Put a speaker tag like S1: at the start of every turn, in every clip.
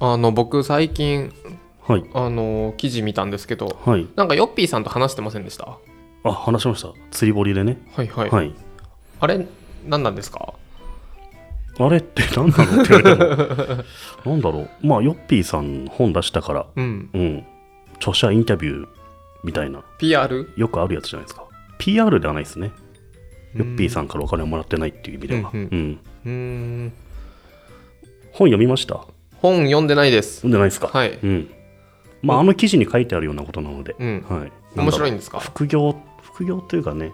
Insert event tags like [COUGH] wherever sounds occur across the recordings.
S1: あの僕最近
S2: はい。
S1: あの記事見たんですけど
S2: はい。
S1: なんかヨッピーさんと話してませんでしたは
S2: あ、話しました。釣り堀でね。
S1: いはい、
S2: はい。
S1: あれ何なんですか
S2: あれって何なのって言われて
S1: [LAUGHS]
S2: も。なんだろう。まあ、ヨッピーさん本出したから、
S1: うん
S2: うん。著者インタビューみたいな、
S1: PR
S2: よくあるやつじゃないですか。PR ではないですね。ヨッピーさ
S1: ん
S2: んからお金をもらってないっていう意味では。
S1: う
S2: うんん。
S1: ううーん
S2: 本読みました
S1: 本読んでないです
S2: 読んでないですか、
S1: はい
S2: うん。まあ、あの記事に書いてあるようなことなので。
S1: うん
S2: はい。
S1: 面白い
S2: なんだろ
S1: んです
S2: う
S1: か
S2: 副業、副業というかね、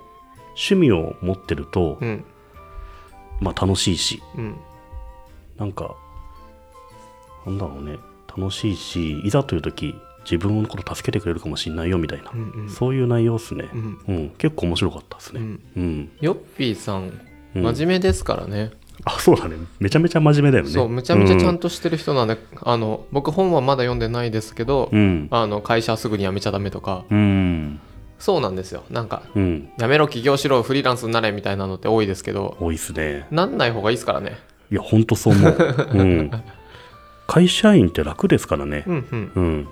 S2: 趣味を持ってると
S1: う、ん
S2: まあ、楽しいし、
S1: うん
S2: なんか、なんだろうね、楽しいし、いざという時自分のこと助けてくれるかもしれないよみたいな、
S1: うんうん
S2: そういう内容ですね
S1: う、ん
S2: うん。結構面白かったです
S1: う
S2: ね。
S1: ん
S2: うん。
S1: ヨッピーさん
S2: うん
S1: 真面目ですからね、
S2: あ、そうだね。めちゃめちゃ真面目だよね。
S1: そうめちゃめちゃちゃん
S2: と。
S1: としてる人なんで、あの僕本はまだ読んでないですけど、
S2: うん。
S1: あの会社すぐに辞めちゃダメとか
S2: うん。
S1: そうなんですよなんか
S2: うん。
S1: やめろ起業しろフリーランスになれみたいなのって多いですけど
S2: 多いっすね。
S1: なんない方がいいですからね
S2: いや、ほんとそう
S1: [LAUGHS]
S2: 思う。うん。会社員って楽ですからね
S1: う。ん
S2: うん。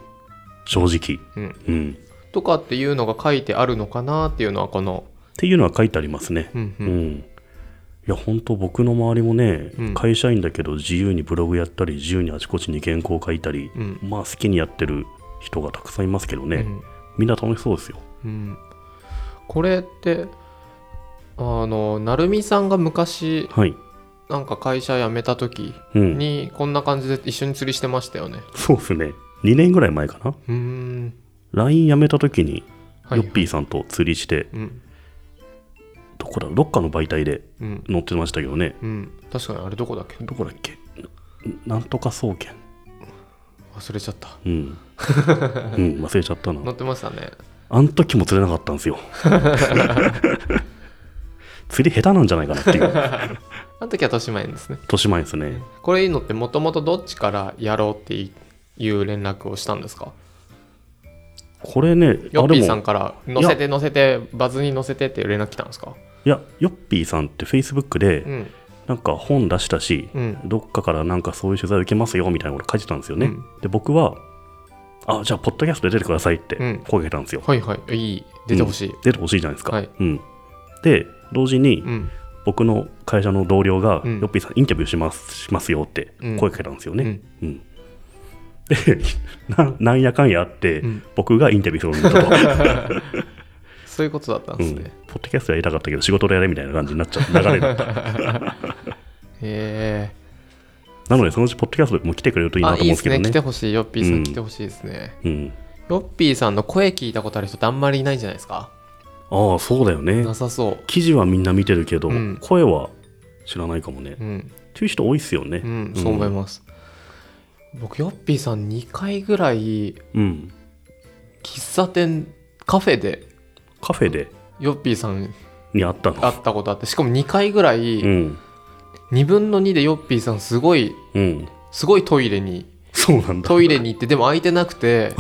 S2: 正直。
S1: うんうん
S2: うん。
S1: とかっていうのが書いてあるのかなっていうのはこの
S2: っていうのは書いてありますね。
S1: うんう
S2: うんん、いや本当僕の周りもね、
S1: うん
S2: 会社員だけど自由にブログやったり自由にあちこちに原稿書いたり、
S1: うん
S2: まあ好きにやってる人がたくさんいますけどね、
S1: うん
S2: みんな楽しそうですよ
S1: うんこれってあの成美さんが昔
S2: はい、
S1: なんか会社辞めた時
S2: うん、
S1: にこんな感じで一緒に釣りしてましたよね
S2: そうですね2年ぐらい前かな
S1: うーん
S2: LINE 辞めた時に
S1: はい
S2: ヨッピーさんと釣りして、
S1: うん
S2: どこだどっかの媒体で
S1: うん
S2: 載ってましたけどね
S1: うん確かにあれどこだっけ
S2: どこだっけななんとか総研
S1: 忘れちゃった [LAUGHS]
S2: うん、うん、忘れちゃったな
S1: 乗ってましたね
S2: あの時も釣れなかったんですよ。 [LAUGHS] 釣り下手なんじゃないかなっていう。
S1: あの時は豊島園ですね
S2: 年前ですね。
S1: これいいのってもともとどっちからやろうっていう連絡をしたんですか
S2: これね、
S1: ヨッピーさん
S2: も、
S1: から載せて載せてバズに載せてっていう連絡来たんですか
S2: いや、ヨッピーさんって Facebook
S1: う
S2: で、
S1: ん
S2: なんか本出したし、
S1: うん
S2: どっかからなんかそういう取材受けますよみたいなこと書いてたんですよね。
S1: うん
S2: で、僕は、あ、じゃあ、ポッドキャストで出てくださいって
S1: うん
S2: 声かけたんですよ。
S1: はいはいいい出てほしい、
S2: 出てほしいじゃないですか。
S1: はい
S2: うんで、同時に
S1: う、ん
S2: 僕の会社の同僚が、
S1: うん
S2: ヨッピーさんインタビューしますしますよって声かけたんですよね。うん、で [LAUGHS] ななんやかんやあって、
S1: うん
S2: 僕がインタビューするの
S1: [LAUGHS]
S2: にちょっと、
S1: そういうことだったん
S2: う
S1: です
S2: ん、ポ
S1: ね、
S2: ッドキャストやりたかったけど仕事でやれみたいな感じになっちゃった流れだった
S1: [LAUGHS] へ
S2: なのでそのうちポッドキャストでも来てくれると
S1: え
S2: いいな
S1: あ
S2: と思う
S1: い
S2: ん
S1: いで
S2: で
S1: すす
S2: けど
S1: ね来て
S2: ね
S1: ほしいヨッピーさ
S2: うんん
S1: 来てほしいですね、
S2: うん、
S1: ヨッピーさんの声聞いたことある人ってあんまりいないんじゃないですか
S2: ああそうだよね
S1: なさそ
S2: 記事はみんな見てるけど、
S1: うん
S2: 声は知らないかもね、
S1: ううん、
S2: っていう人多いっすよね
S1: うんそう思います、僕ヨッピーさん2回ぐらい
S2: うん
S1: 喫茶店カフェで
S2: カフェで
S1: ヨッピーさん
S2: にあったの
S1: 会ったことあってしかも2回ぐらい、
S2: うん
S1: 2分の2でヨッピーさんすごい
S2: うん
S1: すごいトイレに
S2: そうなんだ
S1: トイレに行ってでも空いてなく
S2: [LAUGHS]
S1: て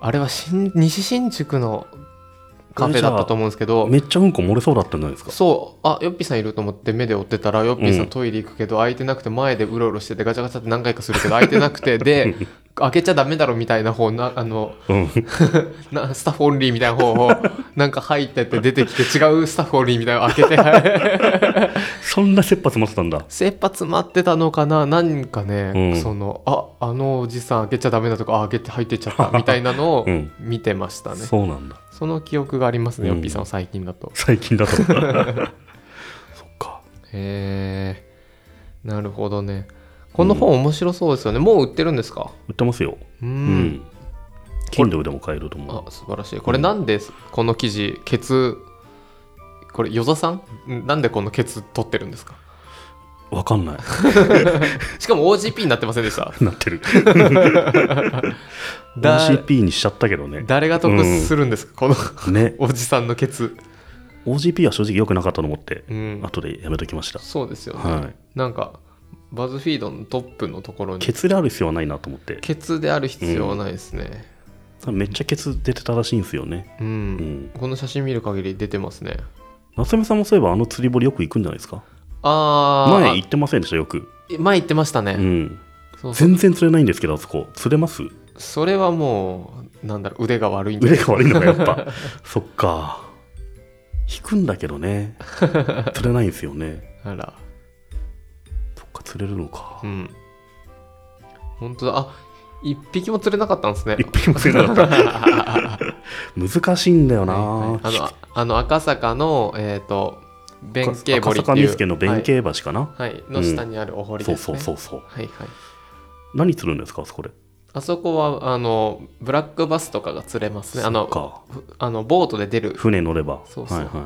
S1: あれは新西新宿のカフェだったと思うんですけど
S2: めっちゃうんこ漏れそうだったんじゃないですか
S1: そうあヨッピーさんいると思って目で追ってたらヨッピーさ
S2: う
S1: ん
S2: ん
S1: トイレ行くけど空いてなくて前でうろうろしててガチャガチャって何回かするけど空いてなくてで
S2: [LAUGHS]
S1: 開けちゃダメだろみたいな方なあの [LAUGHS]
S2: うん
S1: なスタッフオンリーみたいな方
S2: [LAUGHS]
S1: をなんか入ってって出てきて違うスタッフオンリーみたいなの開けて [LAUGHS]
S2: そんな切羽詰まってたんだ
S1: 切羽詰まってたのかななんかね、
S2: うん
S1: そのああのおじさん開けちゃダメだとかあ開けて入ってっちゃったみたいなのを
S2: [LAUGHS] うん
S1: 見てましたね、
S2: そうなんだ
S1: その記憶がありますね、
S2: うん
S1: ヨッピーさんは最近だと
S2: 最近
S1: [LAUGHS]
S2: だとそっか
S1: へえなるほどねこの本面白そうですよね、もう売ってるんですか
S2: 売ってますよ
S1: うん
S2: うん Kindle でも買えると思う
S1: あ素晴らしいこれなんでこの記事ケツこれ与座さんんなんでこのケツ取ってるんですか
S2: わかんない [LAUGHS]
S1: しかも OGP になってませんでした
S2: なってる
S1: だ
S2: OGP にしちゃったけどね
S1: 誰が得するんですか、こ
S2: ね
S1: のおじさんのケツ
S2: OGP は正直良くなかったと思って
S1: うん
S2: 後でやめときました
S1: そうですよね、
S2: はい
S1: なんかバズフィードのトップのところに
S2: ケツである必要はないなと思って
S1: ケツである必要はないですね、
S2: めっちゃケツ出てたらしいんですよね
S1: うん
S2: うん
S1: この写真見る限り出てますね
S2: 夏目さんもそういえばあの釣り堀よく行くんじゃないですか
S1: ああ
S2: 前行ってませんでしたよく
S1: 前行ってましたね、
S2: うん
S1: そうそう
S2: 全然釣れないんですけどあそこ釣れます
S1: それはもうなんだろう腕が悪いんだ
S2: 腕が悪いのがや
S1: [LAUGHS]
S2: っぱそっか引くんだけどね釣れないんですよね
S1: あら
S2: そっか釣れるのか
S1: うん本当だあ一匹も釣れなかったんですね
S2: 一匹も釣れなかった
S1: [LAUGHS]
S2: 難しいんだよな、
S1: はいはいあのああの赤坂のえっ、と弁慶
S2: 赤
S1: 堀って
S2: 坂
S1: い
S2: 見
S1: う
S2: 附の弁慶橋かな、
S1: はい、はいの下にあるお堀
S2: そ
S1: で
S2: う
S1: す
S2: そ
S1: ね、
S2: うそうそう
S1: はいはい
S2: 何釣るんですかあそこで
S1: あそこはあのブラックバスとかが釣れますねあの
S2: そっか
S1: あのボートで出る、
S2: 船乗れば
S1: そうそう
S2: はいはいはい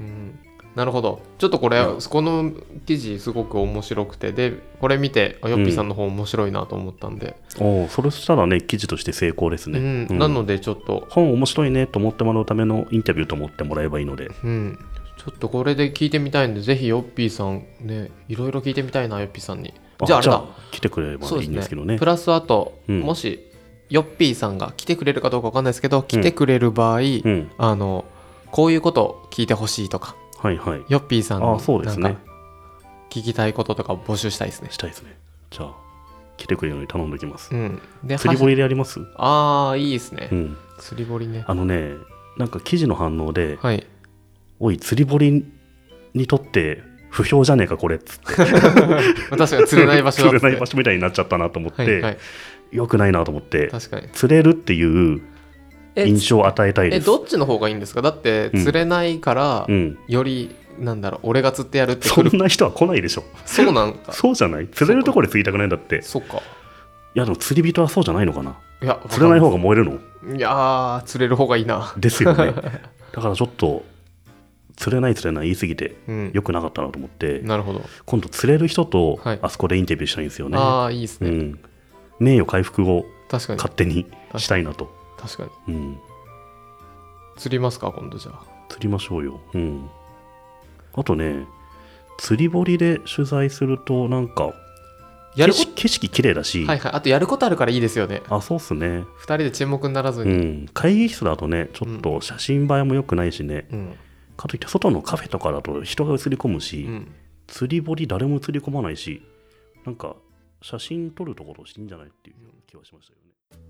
S1: うん、なるほどちょっとこれ、
S2: うん
S1: この記事すごく面白くてでこれ見てあヨッピーさんの方面白いなと思ったんで、
S2: おおそれしたらね記事として成功です
S1: う
S2: ね、
S1: ん
S2: うん
S1: なのでちょっと、
S2: 本面白いねと思ってもらうためのインタビューと思ってもらえばいいので
S1: うん、ちょっとこれで聞いてみたいんでぜひヨッピーさんねいろいろ聞いてみたいなヨッピーさんにじゃああれだ
S2: 来てくれれば
S1: そう
S2: い
S1: で
S2: い
S1: す
S2: んですけどね
S1: プラスあと、
S2: うん
S1: もしヨッピーさんが来てくれるかどうかわかんないですけど来てくれる場合、
S2: うん
S1: あのこういうことを聞いてほしいとか
S2: はいはい
S1: ヨッピーさん
S2: ああそう
S1: に
S2: で
S1: な
S2: す
S1: ん
S2: ね
S1: か聞きたいこととか募集したいですね。
S2: したいですねじゃあ来てくれるように頼んでおきます
S1: うん、で
S2: 釣り
S1: は
S2: 堀でやります
S1: しああいいですね、
S2: うん
S1: 釣り堀ね。
S2: あのねなんか記事の反応で
S1: はい。
S2: 「おい釣り堀にとって不評じゃねえかこれ」っつって
S1: 確かに釣れない場所だっつって
S2: 釣れない場所みたいになっちゃったなと思って、
S1: はい、はい、
S2: よくないなと思って
S1: 確かに。
S2: 釣れるっていう
S1: え
S2: 印象を与えたい
S1: え
S2: です
S1: どっちの方がいいんですかだって
S2: うん
S1: 釣れないから、
S2: うん
S1: よりなんだろう俺が釣ってやるって
S2: そ
S1: くる
S2: んな人は来ないで
S1: [LAUGHS]
S2: しょ
S1: そうなんか
S2: そうじゃない釣れるところで釣りたくないんだって
S1: そっか
S2: いやでも釣り人はそうじゃないのかない
S1: や
S2: 釣れない方
S1: が
S2: が燃えるの
S1: いやー釣れる方がいいな
S2: です
S1: [LAUGHS]
S2: よねだからちょっと釣れない釣れない言い過ぎて
S1: うん
S2: 良くなかったなと思って
S1: なるほど、
S2: 今度釣れる人と
S1: はい
S2: あそこでインタビューしたいんですよね、
S1: ああいいです
S2: う
S1: ね、
S2: ん、名誉回復を
S1: 確かに
S2: 勝手にしたいなと、
S1: 確かに
S2: うん、
S1: 釣りますか今度じゃあ
S2: 釣りましょうよ、うん、あとね釣り堀で取材するとなんか
S1: や
S2: 景
S1: るこ
S2: 色景色綺麗だし、
S1: とはいはいあとやることあるからいいですよね
S2: あそうっすね、
S1: 2人で沈黙にならず
S2: う
S1: に、
S2: ん、会議室だとねちょっと写真映えも良くないしね、
S1: うん
S2: かといって外のカフェとかだと人が映り込む
S1: う
S2: し、
S1: ん、
S2: 釣り堀誰も映り込まないしなんか写真撮るところしいんじゃないっていう気はしましたよね。